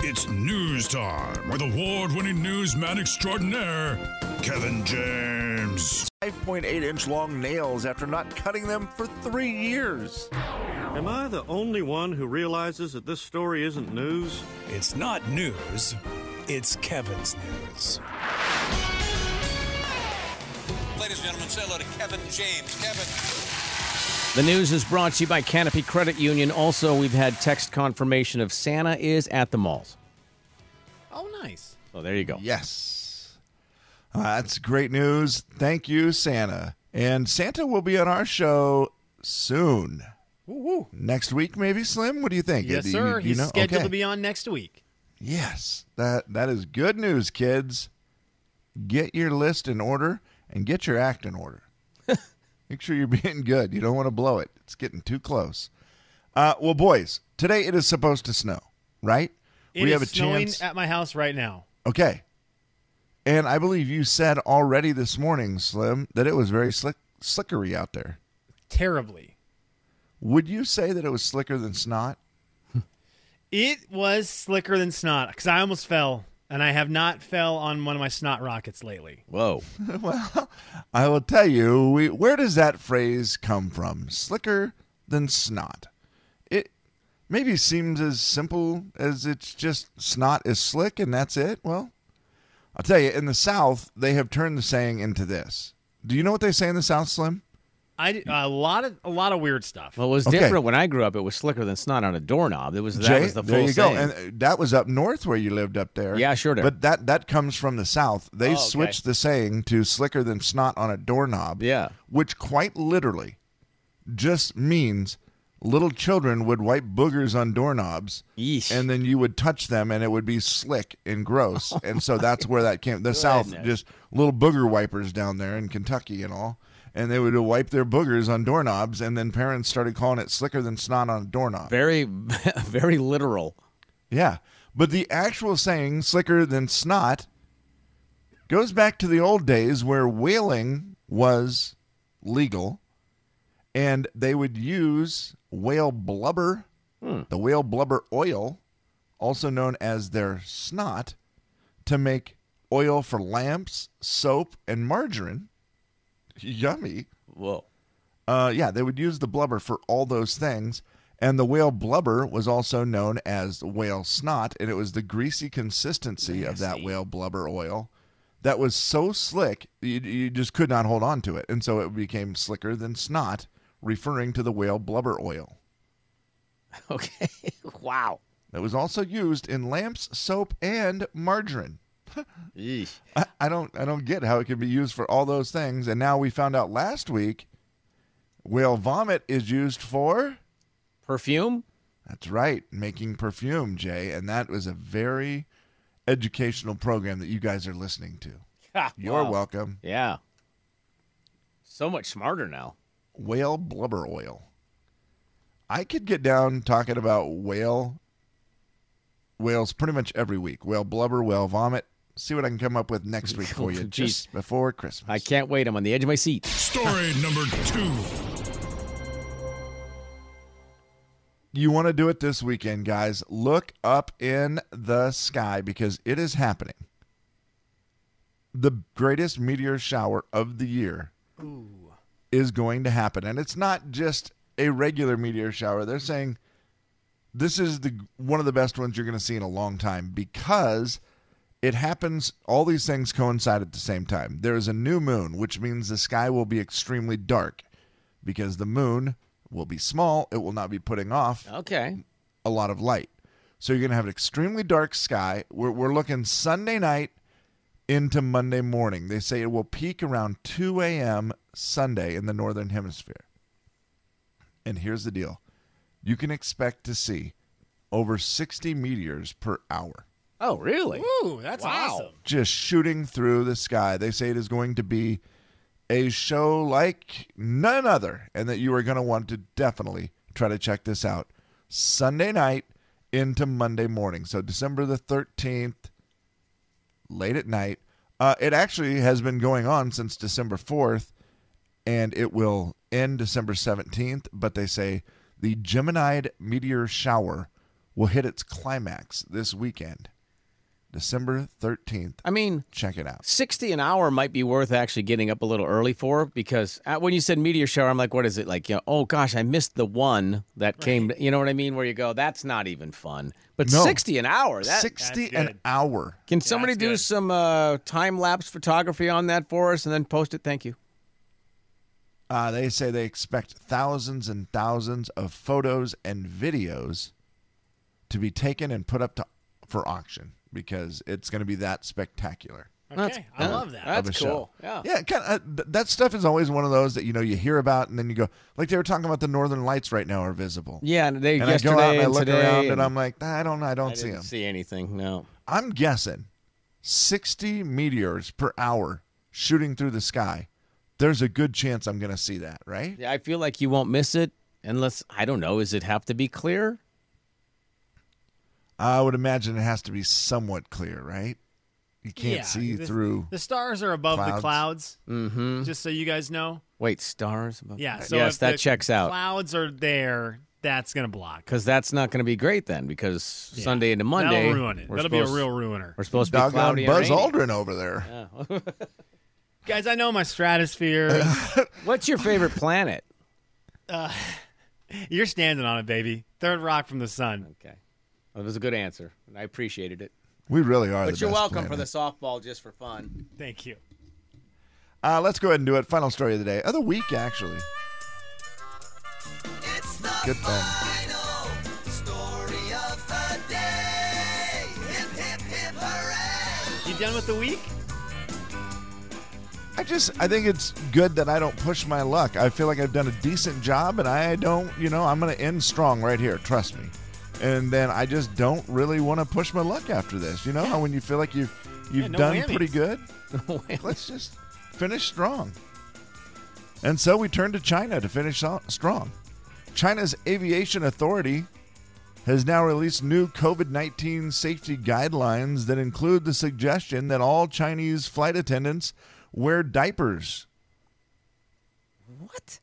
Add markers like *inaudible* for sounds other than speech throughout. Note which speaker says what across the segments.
Speaker 1: It's news time with award winning newsman extraordinaire, Kevin James.
Speaker 2: 5.8 inch long nails after not cutting them for three years.
Speaker 3: Am I the only one who realizes that this story isn't news?
Speaker 4: It's not news, it's Kevin's news.
Speaker 5: Ladies and gentlemen, say hello to Kevin James. Kevin.
Speaker 6: The news is brought to you by Canopy Credit Union. Also, we've had text confirmation of Santa is at the malls.
Speaker 7: Oh, nice.
Speaker 6: Oh, there you go.
Speaker 2: Yes. Uh, that's great news. Thank you, Santa. And Santa will be on our show soon. Next week, maybe, Slim? What do you think?
Speaker 7: Yes,
Speaker 2: Do you-
Speaker 7: sir.
Speaker 2: you
Speaker 7: He's
Speaker 2: know?
Speaker 7: scheduled
Speaker 2: Okay.
Speaker 7: to be on next week.
Speaker 2: Yes, that that is good news, kids. Get your list in order and get your act
Speaker 7: *laughs*
Speaker 2: in order. Make sure you're being good. You don't want to blow it. It's getting too close. Uh, well, boys, today it is supposed to snow, right?
Speaker 7: It is snowing at my house right now.
Speaker 2: okay. And I believe you said already this morning, Slim, that it was very slick, slickery out there.
Speaker 7: Terribly.
Speaker 2: Would you say that it was slicker than snot?
Speaker 7: It was slicker than snot because I almost fell, and I have not fell on one of my snot rockets lately.
Speaker 6: Whoa.
Speaker 2: I will tell you, we, where does that phrase come from? Slicker than snot. It maybe seems as simple as it's just snot is slick and that's it. Well, I'll tell you, in the South, they have turned the saying into this. Do you know what they say in the South, Slim?
Speaker 7: I a lot of a lot of weird stuff.
Speaker 6: Well, it was
Speaker 2: Okay.
Speaker 6: different when I grew up. It was slicker than snot on a doorknob. It was that
Speaker 2: Jay,
Speaker 6: was the full
Speaker 2: there you
Speaker 6: saying.
Speaker 2: go. And uh, that was up north where you lived up there.
Speaker 6: Yeah, sure did.
Speaker 2: But that that comes from the South. They
Speaker 6: Oh, okay.
Speaker 2: switched the saying to slicker than snot on a doorknob.
Speaker 6: Yeah.
Speaker 2: Which quite literally just means little children would wipe boogers
Speaker 6: *laughs*
Speaker 2: on doorknobs
Speaker 6: Yeesh.
Speaker 2: and then you would touch them and it would be slick
Speaker 6: *laughs*
Speaker 2: and gross. and so that's where that came. The South
Speaker 6: Oh goodness.
Speaker 2: just little booger wipers down there in Kentucky and all. And they would wipe their boogers on doorknobs, and then parents started calling it slicker than snot on a doorknob.
Speaker 6: very, *laughs* very literal.
Speaker 2: Yeah. But the actual saying, slicker than snot, goes back to the old days where whaling was legal and they would use whale blubber, the whale blubber oil, also known as their snot, to make oil for lamps, soap, and margarine. *laughs* Yummy.
Speaker 6: Whoa. *laughs*
Speaker 2: Uh, yeah, they would use the blubber for all those things. And the whale blubber was also known as whale snot, and it was the greasy consistency of that whale blubber oil that was so slick you, you just could not hold on to it, and so it became slicker than snot, referring to the whale blubber oil
Speaker 6: Okay. wow.
Speaker 2: that was also used in lamps, soap, and margarine. *laughs*
Speaker 6: Yeesh.
Speaker 2: I, I don't I don't get how it can be used for all those things. And now we found out last week, whale vomit is used for.
Speaker 6: Perfume?
Speaker 2: That's right, making perfume, Jay, and that was a very educational program that you guys are listening to.
Speaker 6: Ha,
Speaker 2: You're
Speaker 6: wow.
Speaker 2: welcome.
Speaker 6: Yeah. So much smarter now.
Speaker 2: Whale blubber oil. I could get down talking about whale whales pretty much every week. Whale blubber, whale vomit. See what I can come up with next
Speaker 6: *laughs*
Speaker 2: week for you,
Speaker 6: Jeez.
Speaker 2: just before Christmas.
Speaker 6: I can't wait. I'm on the edge of my seat.
Speaker 1: Story number two.
Speaker 2: you want to do it this weekend, guys. Look up in the sky because it is happening. The greatest meteor shower of the year is going to happen. And it's not just a regular meteor shower. They're saying this is the one of the best ones you're going to see in a long time because it happens all these things coincide at the same time. There is a new moon, which means the sky will be extremely dark because the moon will be small. It will not be putting off
Speaker 6: Okay.
Speaker 2: a lot of light. So you're going to have an extremely dark sky. We're, we're looking Sunday night into Monday morning. They say it will peak around 2 a.m. Sunday in the Northern Hemisphere. And here's the deal you can expect to see over 60 meteors per hour
Speaker 6: Oh, really?
Speaker 7: Ooh, that's awesome.
Speaker 2: just shooting through the sky. They say it is going to be a show like none other, and that you are going to want to definitely try to check this out Sunday night into Monday morning. So, December the 13th, late at night. Uh, it actually has been going on since December 4th, and it will end December 17th, but they say the Geminid meteor shower will hit its climax this weekend, December 13th.
Speaker 6: I mean,
Speaker 2: Check it out.
Speaker 6: 60 an hour might be worth actually getting up a little early for because uh, when you said meteor shower, I'm like, what is it? Like, you know, oh gosh, I missed the one that came. You know what I mean? Where you go, that's not even fun. But
Speaker 2: No.
Speaker 6: 60 an hour. That,
Speaker 2: 60 an hour.
Speaker 6: can somebody
Speaker 7: that's
Speaker 6: do
Speaker 7: good.
Speaker 6: some uh, time lapse photography on that for us and then post it? Thank you.
Speaker 2: Uh, they say they expect thousands and thousands of photos and videos to be taken and put up to, for auction because it's going to be that spectacular.
Speaker 7: Okay, I love that.
Speaker 2: of
Speaker 6: That's
Speaker 2: a
Speaker 6: cool.
Speaker 2: show.
Speaker 6: Yeah.
Speaker 2: yeah. Kind of, uh, th- that stuff is always one of those that you know you hear about and then you go like they were talking about the northern lights right now are visible.
Speaker 6: Yeah, and they
Speaker 2: and I
Speaker 6: yesterday
Speaker 2: go out and I look
Speaker 6: today,
Speaker 2: around and,
Speaker 6: and
Speaker 2: I'm like, nah, I don't, I don't
Speaker 6: I
Speaker 2: see
Speaker 6: didn't
Speaker 2: them.
Speaker 6: see anything. No.
Speaker 2: I'm guessing 60 meteors per hour shooting through the sky. There's a good chance I'm going to see that, right?
Speaker 6: Yeah, I feel like you won't miss it unless I don't know. Is it have to be clear?
Speaker 2: I would imagine it has to be somewhat clear, right? You can't
Speaker 7: Yeah,
Speaker 2: see
Speaker 7: the-
Speaker 2: through.
Speaker 7: The stars are above the
Speaker 2: Clouds.
Speaker 7: clouds, just so you guys know.
Speaker 6: Wait, stars. above-
Speaker 7: Yeah. So
Speaker 6: yes,
Speaker 7: if
Speaker 6: that
Speaker 7: the
Speaker 6: checks out.
Speaker 7: Clouds are there. That's gonna block.
Speaker 6: Because that's not going to be great then, because Sunday into Monday.
Speaker 7: That'll ruin it.
Speaker 6: we're
Speaker 7: That'll
Speaker 6: supposed,
Speaker 7: be a real ruiner.
Speaker 6: We're supposed to be
Speaker 2: Doggone
Speaker 6: cloudy and
Speaker 2: Buzz
Speaker 6: rainy.
Speaker 2: Aldrin over there.
Speaker 7: Guys, I know my stratosphere.
Speaker 6: What's your favorite
Speaker 7: *laughs*
Speaker 6: planet?
Speaker 7: You're standing on it, baby. Third rock from the sun.
Speaker 6: Okay. That was a good answer, and I appreciated it.
Speaker 2: We really are.
Speaker 6: But
Speaker 2: the
Speaker 6: you're
Speaker 2: best
Speaker 6: welcome for
Speaker 2: planet.
Speaker 6: the softball just for fun.
Speaker 7: Thank you.
Speaker 2: Uh, let's go ahead and do it. Final story of the day, of the week, actually. Good thing.
Speaker 7: You done with the week?
Speaker 2: I just, I think it's good that I don't push my luck. I feel like I've done a decent job, and I don't, you know, I'm going to end strong right here. Trust me. And then I just don't really want to push my luck after this. You know how when you feel like you've you've
Speaker 7: no
Speaker 2: done
Speaker 7: whammies. *laughs*
Speaker 2: pretty good, let's just finish strong. And so we turn to China to finish so- strong. China's aviation authority has now released new COVID 19 safety guidelines that include the suggestion that all Chinese flight attendants wear diapers.
Speaker 6: What?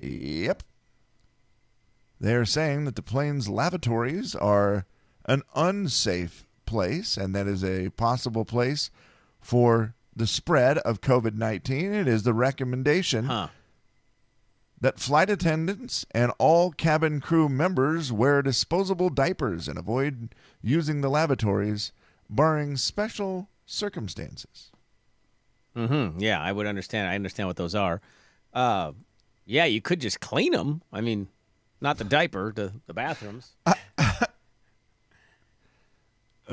Speaker 2: Yep. They are saying that the plane's lavatories are an unsafe place, and that is a possible place for the spread of COVID 19. It is the recommendation
Speaker 6: Huh.
Speaker 2: that flight attendants and all cabin crew members wear disposable diapers and avoid using the lavatories, barring special circumstances.
Speaker 6: Mm-hmm. Yeah, I would understand. I understand what those are. Uh, yeah, you could just clean them. I mean, not the diaper, the, the bathrooms. *laughs*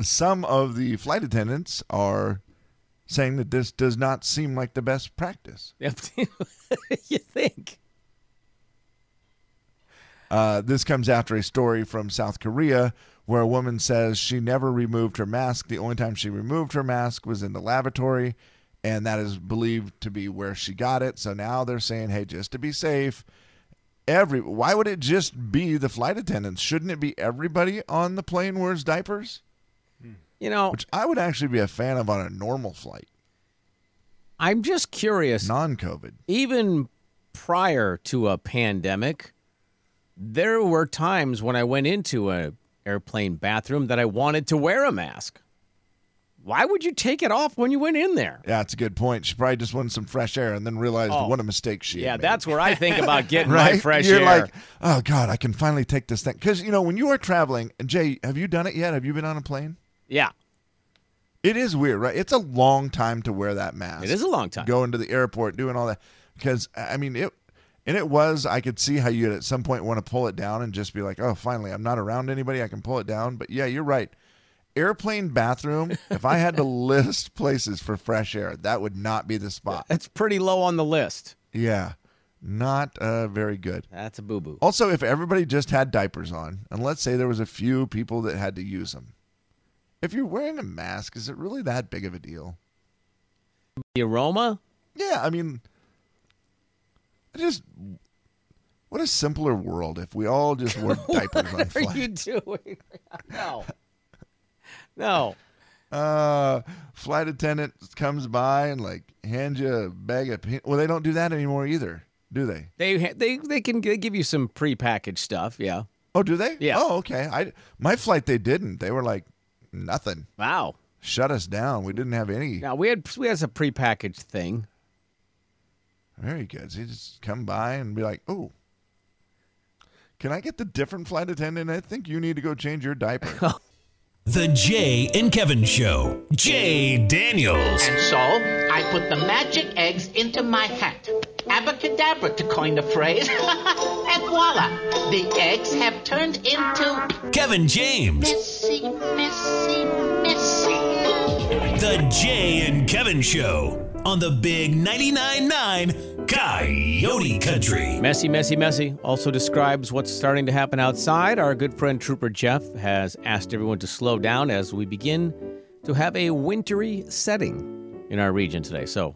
Speaker 2: Some of the flight attendants are saying that this does not seem like the best practice.
Speaker 6: Yep. you think?
Speaker 2: Uh, this comes after a story from South Korea where a woman says she never removed her mask. The only time she removed her mask was in the lavatory, and that is believed to be where she got it. So now they're saying, hey, just to be safe, every why would it just be the flight attendants? Shouldn't it be everybody on the plane wears diapers?
Speaker 6: You know,
Speaker 2: Which I would actually be a fan of on a normal flight,
Speaker 6: I'm just curious.
Speaker 2: non-COVID.
Speaker 6: even prior to a pandemic, there were times when I went into a airplane bathroom that I wanted to wear a mask. Why would you take it off when you went in there?
Speaker 2: Yeah, that's a good point. She probably just wanted some fresh air and then realized what a mistake she had
Speaker 6: Oh, Yeah,
Speaker 2: made.
Speaker 6: that's where I think
Speaker 2: *laughs*
Speaker 6: about getting
Speaker 2: right?
Speaker 6: my fresh
Speaker 2: You're
Speaker 6: air.
Speaker 2: like, oh god, I can finally take this thing because you know when you are traveling. and Jay, have you done it yet? Have you been on a plane?
Speaker 6: yeah,
Speaker 2: It is weird, right? It's a long time to wear that mask.
Speaker 6: it is a long time.
Speaker 2: going to the airport, doing all that because I mean it. And it was, I could see how you'd at some point want to pull it down and just be like, oh, finally, I'm not around anybody. I can pull it down. But yeah, you're right. Airplane bathroom, if
Speaker 6: *laughs*
Speaker 2: I had to list places for fresh air, that would not be the spot.
Speaker 6: That's pretty low on the list.
Speaker 2: Yeah. Not uh, very good.
Speaker 6: That's a boo boo.
Speaker 2: Also, if everybody just had diapers on, and let's say there was a few people that had to use them, if you're wearing a mask, is it really that big of a deal?
Speaker 6: The
Speaker 2: *laughs*
Speaker 6: aroma?
Speaker 2: Yeah, I mean, I just what a simpler world if we all just
Speaker 6: *laughs*
Speaker 2: wore diapers on
Speaker 6: What are you
Speaker 2: flights.
Speaker 6: doing? *laughs* no, no.
Speaker 2: *laughs* Uh, flight attendant comes by and like hand you a bag of peanut. Well, they don't do that anymore either, do they?
Speaker 6: They they they can give you some prepackaged stuff. Yeah,
Speaker 2: Oh, do they?
Speaker 6: Yeah.
Speaker 2: Oh, okay. I my flight they didn't. They were like nothing.
Speaker 6: Wow.
Speaker 2: Shut us down. We didn't have any.
Speaker 6: Now we had we had a prepackaged thing.
Speaker 2: Very good. So you just come by and be like, oh. Can I get the different flight attendant? I think you need to go change your diaper.
Speaker 4: The Jay and Kevin Show. Jay Daniels.
Speaker 8: And so I put the magic eggs into my hat. Abracadabra, to coin the phrase. *laughs* and voila! The eggs have turned into
Speaker 4: Kevin James.
Speaker 8: Missy, Missy, Missy.
Speaker 4: The Jay and Kevin Show on the Big 99.9 9 Coyote Country.
Speaker 6: Messy, messy, messy also describes what's starting to happen outside. Our good friend Trooper Jeff has asked everyone to slow down as we begin to have a wintry setting in our region today. So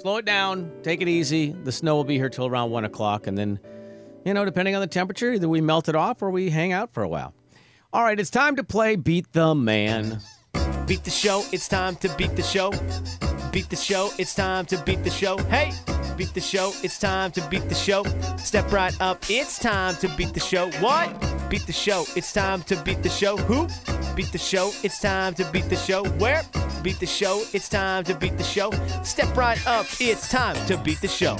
Speaker 6: slow it down, take it easy. The snow will be here till around one o'clock, and then, you know, depending on the temperature, either we melt it off or we hang out for a while. All right, it's time to play Beat the Man.
Speaker 9: Beat the show, it's time to beat the show. Beat the show, it's time to beat the show. Hey! Beat the show, it's time to beat the show. Step right up, it's time to beat the show. What? Beat the show, it's time to beat the show. Who? Beat the show, it's time to beat the show. Where? Beat the show, it's time to beat the show. Step right up, it's time to beat the show.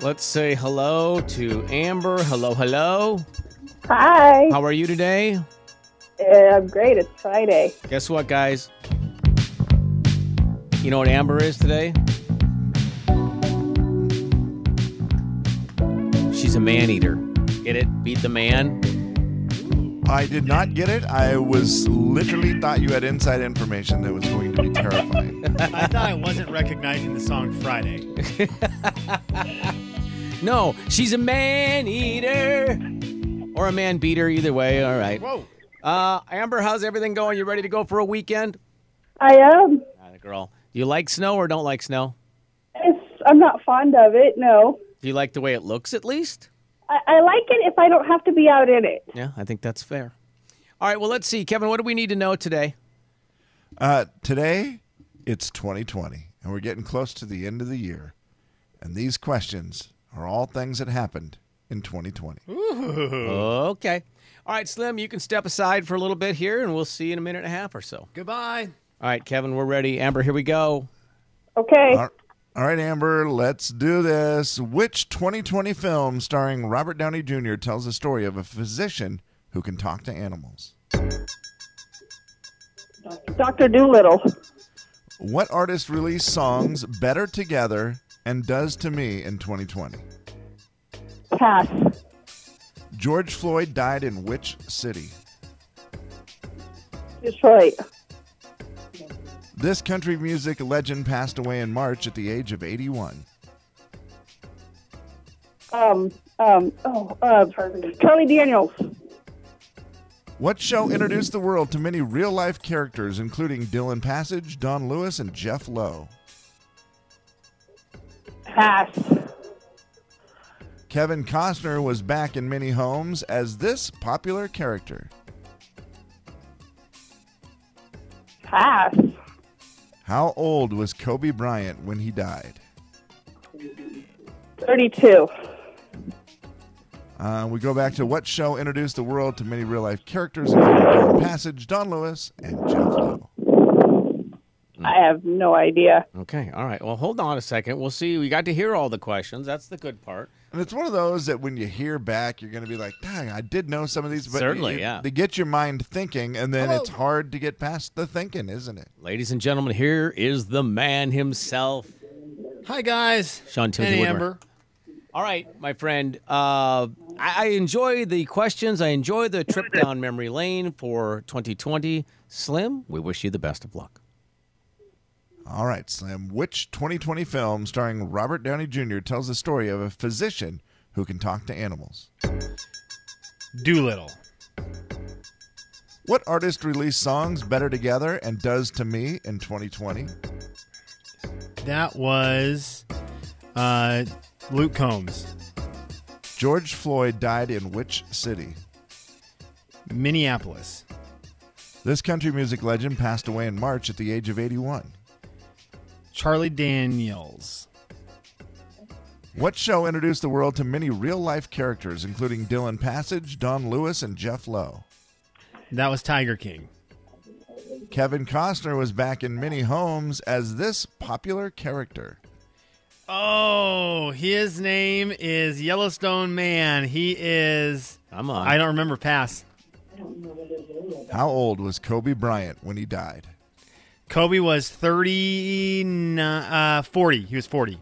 Speaker 6: Let's say hello to Amber. Hello, hello.
Speaker 10: Hi.
Speaker 6: How are you today?
Speaker 10: Uh, I'm great. It's Friday.
Speaker 6: Guess what, guys? You know what Amber is today? She's a man eater. Get it? Beat the man.
Speaker 2: I did not get it. I was literally thought you had inside information that was going to be terrifying.
Speaker 7: I thought I wasn't recognizing the song Friday.
Speaker 6: No, she's a man eater or a man beater. Either way, all right.
Speaker 7: Whoa.
Speaker 6: Uh, Amber, how's everything going? You ready to go for a weekend?
Speaker 10: I am.
Speaker 6: Not girl. Do you like snow or don't like snow?
Speaker 10: It's, I'm not fond of it. No.
Speaker 6: Do you like the way it looks at least?
Speaker 10: I, I like it if I don't have to be out in it.
Speaker 6: Yeah, I think that's fair. All right, well, let's see. Kevin, what do we need to know today?
Speaker 2: Uh, today, it's 2020, and we're getting close to the end of the year. And these questions are all things that happened in 2020.
Speaker 6: Okay. All right, Slim, you can step aside for a little bit here, and we'll see you in a minute and a half or so. All
Speaker 7: Goodbye.
Speaker 6: right, Kevin, we're ready. Amber, here we go.
Speaker 10: Okay.
Speaker 2: All all right, Amber, let's do this. Which 2020 film starring Robert Downey Jr. tells the story of a physician who can talk to animals?
Speaker 10: Doctor Doolittle.
Speaker 2: What artist released songs Better Together and Does to Me in 2020?
Speaker 10: Pass.
Speaker 2: George Floyd died in which city?
Speaker 10: Detroit.
Speaker 2: This country music legend passed away in March at the age of 81.
Speaker 10: Um. Um. Oh. Uh, Charlie Daniels.
Speaker 2: What show introduced the world to many real life characters, including Dylan Passage, Don Lewis, and Jeff Lowe?
Speaker 10: Pass.
Speaker 2: Kevin Costner was back in many homes as this popular character.
Speaker 10: Pass.
Speaker 2: How old was Kobe Bryant when he died?
Speaker 10: Thirty-two.
Speaker 2: Uh, we go back to what show introduced the world to many real life characters, including Dylan Passage, Don Lewis, and Jeff Lowe?
Speaker 10: I have no idea.
Speaker 6: Okay, all right. Well, hold on a second. We'll see. We got to hear all the questions. That's the good part.
Speaker 2: And it's one of those that when you hear back, you're going to be like, dang, I did know some of these. But
Speaker 6: Certainly,
Speaker 2: it-
Speaker 6: yeah.
Speaker 2: They get your mind thinking, and then it's hard to get past the thinking, isn't it?
Speaker 6: Ladies and gentlemen, here is the man himself,
Speaker 7: Hi, guys.
Speaker 6: Sean Timothy
Speaker 7: Hey,
Speaker 6: Woodward.
Speaker 7: Amber.
Speaker 6: All right, my friend. Uh, I, I enjoy the questions. I enjoy the trip down memory lane for 2020. Slim, we wish you the best of luck.
Speaker 2: All right, Slim. Which 2020 film starring Robert Downey Jr. tells the story of a physician who can talk to animals?
Speaker 7: Doolittle.
Speaker 2: What artist released songs Better Together and Does to Me in 2020?
Speaker 7: That was uh, Luke Combs,
Speaker 2: George Floyd died in which city?
Speaker 7: Minneapolis,
Speaker 2: This country music legend passed away in March at the age of 81.
Speaker 7: Charlie Daniels,
Speaker 2: What show introduced the world to many real life characters, including Dylan Passage, Don Lewis, and Jeff Lowe?
Speaker 7: That was Tiger King.
Speaker 2: Kevin Costner was back in many homes as this popular character.
Speaker 7: Oh, his name is Yellowstone Man. He is.
Speaker 6: Come on.
Speaker 7: I don't remember. Pass.
Speaker 2: How old was Kobe Bryant when he died?
Speaker 7: Kobe was 39, uh, 40. He was 40.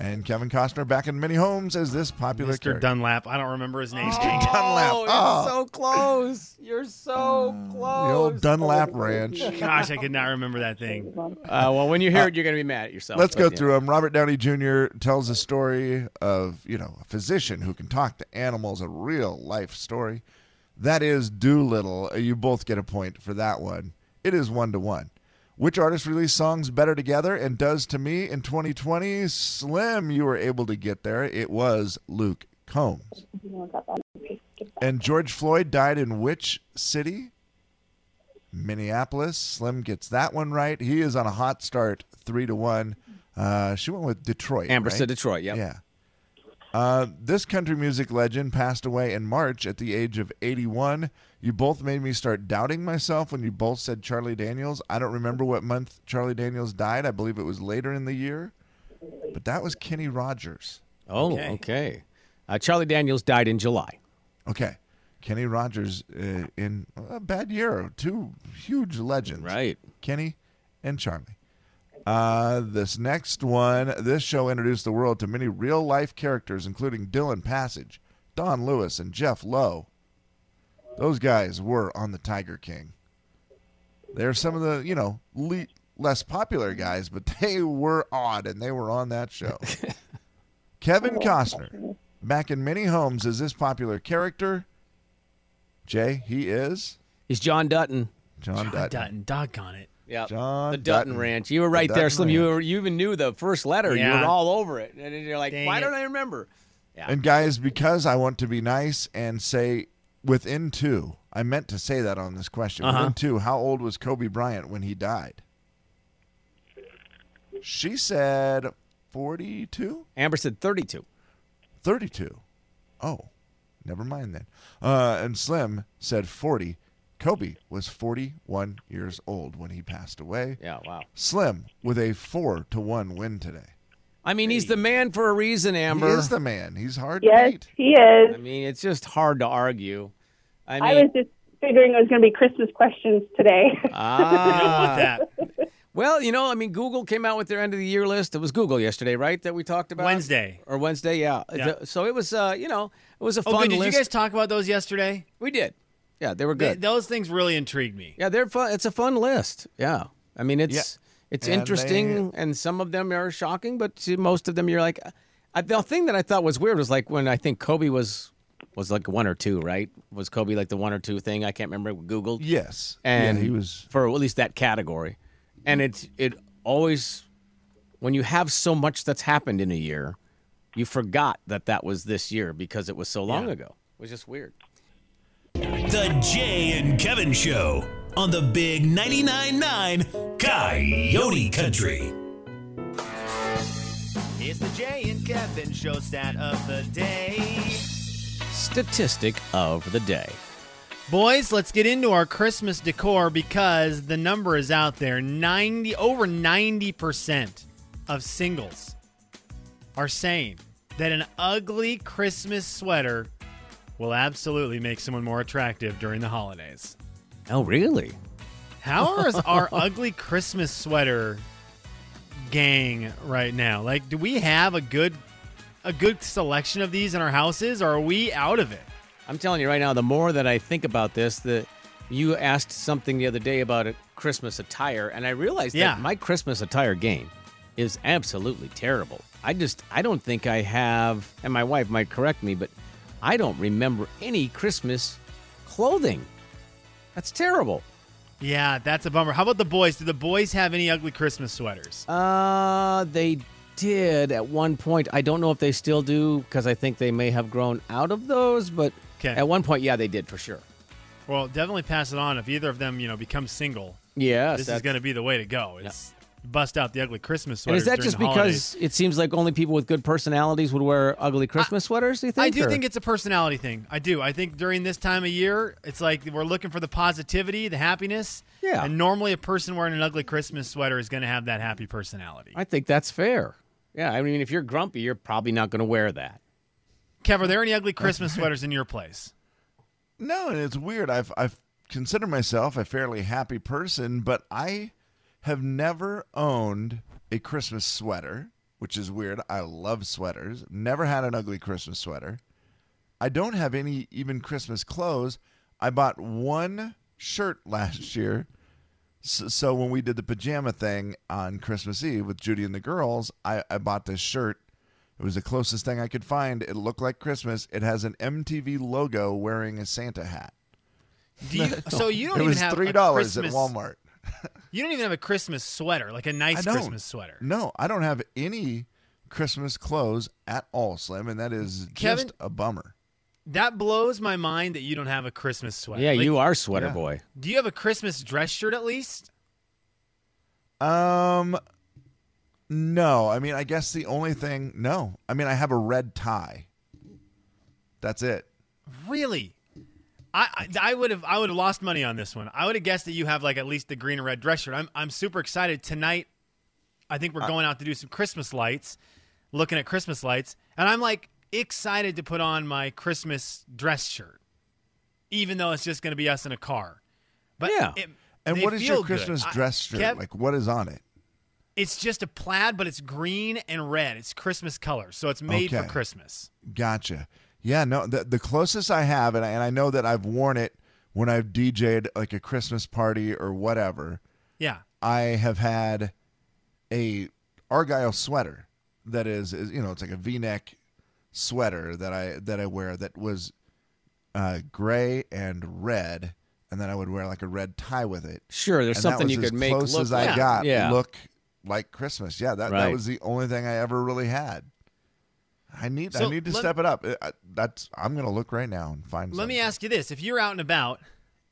Speaker 2: And Kevin Costner back in many homes as this popular
Speaker 7: Mr.
Speaker 2: character.
Speaker 7: Dunlap. I don't remember his name.
Speaker 2: Dunlap.
Speaker 6: Oh,
Speaker 2: Oh.
Speaker 6: you're
Speaker 2: Mm,
Speaker 6: so close. You're so close.
Speaker 2: the old Dunlap Ranch.
Speaker 7: *laughs* Gosh, I could not remember that *laughs* thing.
Speaker 6: Uh, well, when you hear it, you're going to be mad at yourself.
Speaker 2: Let's go
Speaker 6: but, yeah.
Speaker 2: through them. Robert Downey Jr. tells a story of, you know, a physician who can talk to animals, a real life story. That is Doolittle. Uh, You both get a point for that one. It is one to one. Which artist released songs better together and does to me in 2020? Slim, you were able to get there. It was Luke Combs. And George Floyd died in which city? Minneapolis. Slim gets that one right. He is on a hot start, three to one. Uh, she went with Detroit.
Speaker 6: Amber
Speaker 2: right?
Speaker 6: said Detroit. Yep.
Speaker 2: Yeah. Uh, this country music legend passed away in March at the age of 81. You both made me start doubting myself when you both said Charlie Daniels. I don't remember what month Charlie Daniels died. I believe it was later in the year, but that was Kenny Rogers.
Speaker 6: Oh, okay. Uh, Charlie Daniels died in July.
Speaker 2: Okay. Kenny Rogers uh, in a bad year. Two huge legends.
Speaker 6: Right.
Speaker 2: Kenny and Charlie. Uh, this next one, this show introduced the world to many real life characters, including Dylan Passage, Don Lewis, and Jeff Lowe. Those guys were on the Tiger King. They're some of the, you know, le- less popular guys, but *laughs* they were odd and they were on that show. Kevin Costner, back in many homes, is this popular character. Jay, he is
Speaker 6: He's John Dutton.
Speaker 2: John, Dutton.
Speaker 7: Dutton. Doggone it.
Speaker 6: Yeah.
Speaker 2: John
Speaker 6: the Dutton,
Speaker 2: Dutton.
Speaker 6: Ranch. You were
Speaker 2: The
Speaker 6: right there,
Speaker 2: Dutton
Speaker 6: Slim. You
Speaker 2: Ranch.
Speaker 6: were, you even knew the first letter. You
Speaker 7: Yeah.
Speaker 6: were all over it, and then you're like,
Speaker 7: Dang
Speaker 6: why
Speaker 7: it.
Speaker 6: don't I remember? Yeah.
Speaker 2: And guys, because I want to be nice and say within two, I meant to say that on this question. Within two, how old was Kobe Bryant when he died? She said 42?
Speaker 6: Amber said 32.
Speaker 2: 32. Oh, never mind then. Uh, and Slim said 40. Kobe was 41 years old when he passed away.
Speaker 6: Yeah. Wow.
Speaker 2: Slim with a four to one win today.
Speaker 6: I mean, he's the man for a reason,
Speaker 2: He
Speaker 6: Amber.
Speaker 2: is the man. He's hard to
Speaker 10: Yes,
Speaker 2: beat.
Speaker 10: he is.
Speaker 6: I mean, it's just hard to argue. I
Speaker 10: I
Speaker 6: mean,
Speaker 10: was just figuring it was going to be Christmas questions today. *laughs*
Speaker 6: ah.
Speaker 7: That.
Speaker 6: Well, you know, I mean, Google came out with their end of the year list. It was Google yesterday, right? That we talked about
Speaker 7: Wednesday.
Speaker 6: or Wednesday, yeah.
Speaker 7: Yeah.
Speaker 6: The- So it was, uh, you know, it was a
Speaker 7: Oh,
Speaker 6: fun
Speaker 7: good. Did you
Speaker 6: list.
Speaker 7: guys talk about those yesterday?
Speaker 6: we did, yeah. They were
Speaker 7: Th-
Speaker 6: good.
Speaker 7: those things really intrigued me.
Speaker 6: yeah, they're fun. It's a fun list. Yeah, I mean, it's it's
Speaker 2: And
Speaker 6: interesting, and some of them are shocking, but to most of them, you're like, I, the thing that I thought was weird was like when I think Kobe was was like one or two, right? Was Kobe like the one or two thing? I can't remember. Googled.
Speaker 2: Yes.
Speaker 6: and
Speaker 2: yeah, he was
Speaker 6: for at least that category. And it's it always when you have so much that's happened in a year, you forgot that that was this year because it was so long ago. It was just weird.
Speaker 4: The Jay and Kevin Show on the Big 99.9 Coyote Country.
Speaker 9: It's the Jay and Kevin show stat of the day.
Speaker 6: Statistic of the day.
Speaker 7: Boys, let's get into our Christmas decor because the number is out there 90 over 90% of singles are saying that an ugly Christmas sweater will absolutely make someone more attractive during the holidays.
Speaker 6: Oh, really?
Speaker 7: *laughs* How is our ugly Christmas sweater gang right now? Like, do we have a good a good selection of these in our houses or are we out of it?
Speaker 6: I'm telling you right now, the more that I think about this, the you asked something the other day about a Christmas attire, and I realized
Speaker 7: Yeah.
Speaker 6: that my Christmas attire game is absolutely terrible. I just I don't think I have, and my wife might correct me, but I don't remember any Christmas clothing. That's terrible.
Speaker 7: Yeah, that's a bummer. How about the boys? Do the boys have any ugly Christmas sweaters?
Speaker 6: Uh, they did at one point. I don't know if they still do because I think they may have grown out of those, but
Speaker 7: 'Kay.
Speaker 6: at one point, yeah, they did for sure.
Speaker 7: Well, definitely pass it on if either of them, you know, becomes single.
Speaker 6: Yes,
Speaker 7: This is
Speaker 6: that's-
Speaker 7: going to be the way to go. It's bust out the ugly Christmas
Speaker 6: And
Speaker 7: sweaters.
Speaker 6: is that
Speaker 7: during
Speaker 6: just
Speaker 7: the holidays.
Speaker 6: because it seems like only people with good personalities would wear ugly Christmas sweaters? Do you think?
Speaker 7: I do
Speaker 6: or-
Speaker 7: think it's a personality thing. I do. I think during this time of year, it's like we're looking for the positivity, the happiness.
Speaker 6: Yeah.
Speaker 7: And normally, a person wearing an ugly Christmas sweater is going to have that happy personality.
Speaker 6: I think that's fair. Yeah, I mean, if you're grumpy, you're probably not going to wear that.
Speaker 7: Kev, are there any
Speaker 2: *laughs*
Speaker 7: ugly Christmas sweaters in your place?
Speaker 2: No, and it's weird. I've I've considered myself a fairly happy person, but I have never owned a Christmas sweater, which is weird. I love sweaters. Never had an ugly Christmas sweater. I don't have any even Christmas clothes. I bought one shirt last year. So, so when we did the pajama thing on Christmas Eve with Judy and the girls, I, I bought this shirt. It was the closest thing I could find. It looked like Christmas. It has an MTV logo wearing a Santa hat.
Speaker 7: Do you, so you don't
Speaker 2: it
Speaker 7: even
Speaker 2: was
Speaker 7: have a
Speaker 2: three dollars at
Speaker 7: Christmas-
Speaker 2: Walmart.
Speaker 7: You don't even have a Christmas sweater, like a
Speaker 2: I
Speaker 7: nice
Speaker 2: don't.
Speaker 7: Christmas sweater.
Speaker 2: No, I don't have any Christmas clothes at all, Slim, and that is
Speaker 7: Kevin?
Speaker 2: just a bummer.
Speaker 7: That blows my mind that you don't have a Christmas sweater.
Speaker 6: Yeah,
Speaker 7: Like,
Speaker 6: you are sweater
Speaker 2: yeah.
Speaker 6: boy.
Speaker 7: Do you have a Christmas dress shirt at least?
Speaker 2: Um, no. I mean, I guess the only thing. No, I mean, I have a red tie. That's it.
Speaker 7: Really? I, I I would have I would have lost money on this one. I would have guessed that you have like at least the green and red dress shirt. I'm I'm super excited tonight. I think we're
Speaker 2: Uh,
Speaker 7: going out to do some Christmas lights, looking at Christmas lights, and I'm like excited to put on my Christmas dress shirt, even though it's just going to be us in a car. But
Speaker 6: Yeah.
Speaker 7: it-
Speaker 2: And
Speaker 7: they
Speaker 2: what is your
Speaker 7: feel good.
Speaker 2: Christmas
Speaker 7: I-
Speaker 2: dress shirt?
Speaker 7: Kev,
Speaker 2: like, what is on it?
Speaker 7: it's just a plaid, but it's green and red. It's Christmas colors, so it's made
Speaker 2: Okay.
Speaker 7: for Christmas.
Speaker 2: Gotcha. Yeah, no, the, the closest I have, and I, and I know that I've worn it when I've DJ'd like a Christmas party or whatever.
Speaker 7: Yeah.
Speaker 2: I have had a Argyle sweater that is, is you know, it's like a V-neck sweater that I that I wear that was uh, gray and red, and then I would wear like a red tie with it.
Speaker 6: Sure, there's
Speaker 2: and that
Speaker 6: something
Speaker 2: was
Speaker 6: you
Speaker 2: as
Speaker 6: could make
Speaker 2: close
Speaker 6: look
Speaker 2: as
Speaker 6: like.
Speaker 2: I got
Speaker 6: yeah.
Speaker 2: look like Christmas. Yeah, that that
Speaker 6: Right.
Speaker 2: was the only thing I ever really had. I need I
Speaker 7: So
Speaker 2: need to
Speaker 7: let-
Speaker 2: step it up. I- I- that's I'm gonna look right now and find.
Speaker 7: Let me
Speaker 2: something.
Speaker 7: ask you this: If you're out and about,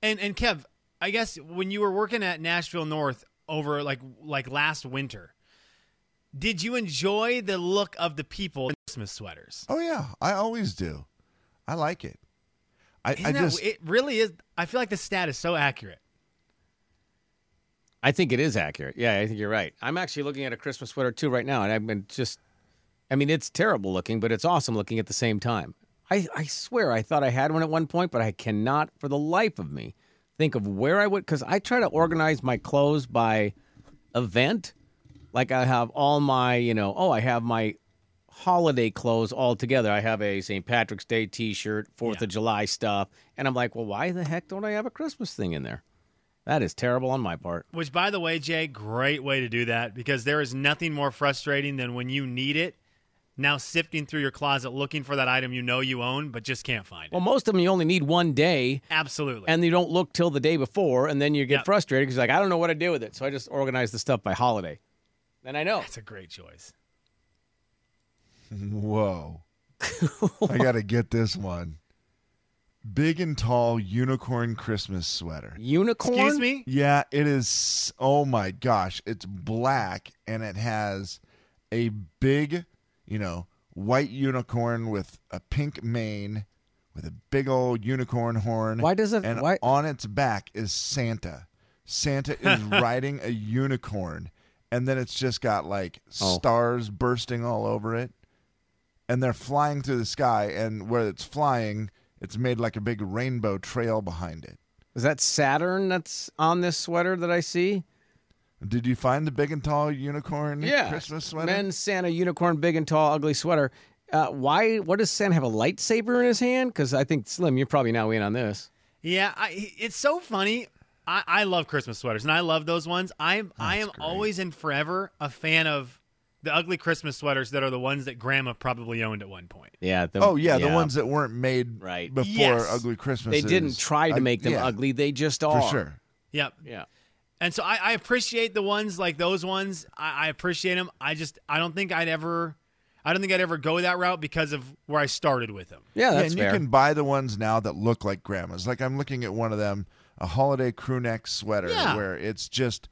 Speaker 7: and and Kev, I guess when you were working at Nashville North over like like last winter, did you enjoy the look of the people in Christmas sweaters?
Speaker 2: Oh yeah, I always do. I like it. I, I
Speaker 7: Isn't that-
Speaker 2: just
Speaker 7: it really is. I feel like the stat is so accurate.
Speaker 6: I think it is accurate. Yeah, I think you're right. I'm actually looking at a Christmas sweater too right now, and I've been just, I mean, it's terrible looking, but it's awesome looking at the same time. I, I swear I thought I had one at one point, but I cannot for the life of me think of where I would, because I try to organize my clothes by event. Like I have all my, you know, oh, I have my holiday clothes all together. I have a St. Patrick's Day t shirt, Fourth of July stuff. And I'm like, well, why the heck don't I have a Christmas thing in there? That is terrible on my part.
Speaker 7: Which, by the way, Jay, great way to do that because there is nothing more frustrating than when you need it. Now sifting through your closet looking for that item you know you own but just can't find it.
Speaker 6: Well, most of them you only need one day,
Speaker 7: Absolutely.
Speaker 6: and you don't look till the day before, and then you get
Speaker 7: Yep.
Speaker 6: frustrated because like I don't know what to do with it, so I just organize the stuff by holiday. Then I know.
Speaker 7: that's a great choice.
Speaker 2: Whoa. I got to get this one. Big and tall unicorn Christmas sweater.
Speaker 6: Unicorn.
Speaker 7: Excuse me.
Speaker 2: Yeah, it is. Oh my gosh. It's black and it has a big, you know, white unicorn with a pink mane with a big old unicorn horn.
Speaker 6: Why does it-
Speaker 2: And
Speaker 6: why-
Speaker 2: on its back is Santa. Santa
Speaker 6: *laughs*
Speaker 2: is riding a unicorn. And then it's just got like
Speaker 6: Oh.
Speaker 2: stars bursting all over it and they're flying through the sky and where it's flying it's made like a big rainbow trail behind it
Speaker 6: Is that Saturn that's on this sweater that I see?
Speaker 2: did you find the big and tall unicorn christmas sweater
Speaker 6: Men Santa unicorn, big and tall, ugly sweater. Uh, why? What does Santa have a lightsaber in his hand? Because I think Slim, you're probably now in on this.
Speaker 7: Yeah, I, it's so funny. I, I love Christmas sweaters, and I love those ones. I'm I am always and forever a fan of the ugly Christmas sweaters that are the ones that Grandma probably owned at one point.
Speaker 6: Yeah. The,
Speaker 2: oh yeah, the ones that weren't made
Speaker 6: Right.
Speaker 2: before
Speaker 7: Yes.
Speaker 2: ugly christmas
Speaker 6: they didn't try to make them ugly; they just are.
Speaker 2: for sure
Speaker 7: Yep.
Speaker 6: Yeah.
Speaker 7: And so I, I appreciate the ones like those ones. I, I appreciate them. I just I don't think I'd ever, I don't think I'd ever go that route because of where I started with them.
Speaker 6: Yeah,
Speaker 2: Yeah,
Speaker 6: that's
Speaker 2: and
Speaker 6: fair.
Speaker 2: you can buy the ones now that look like grandma's. Like I'm looking at one of them, a holiday crew neck sweater
Speaker 7: Yeah.
Speaker 2: where it's just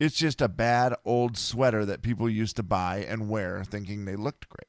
Speaker 2: It's just a bad old sweater that people used to buy and wear thinking they looked great.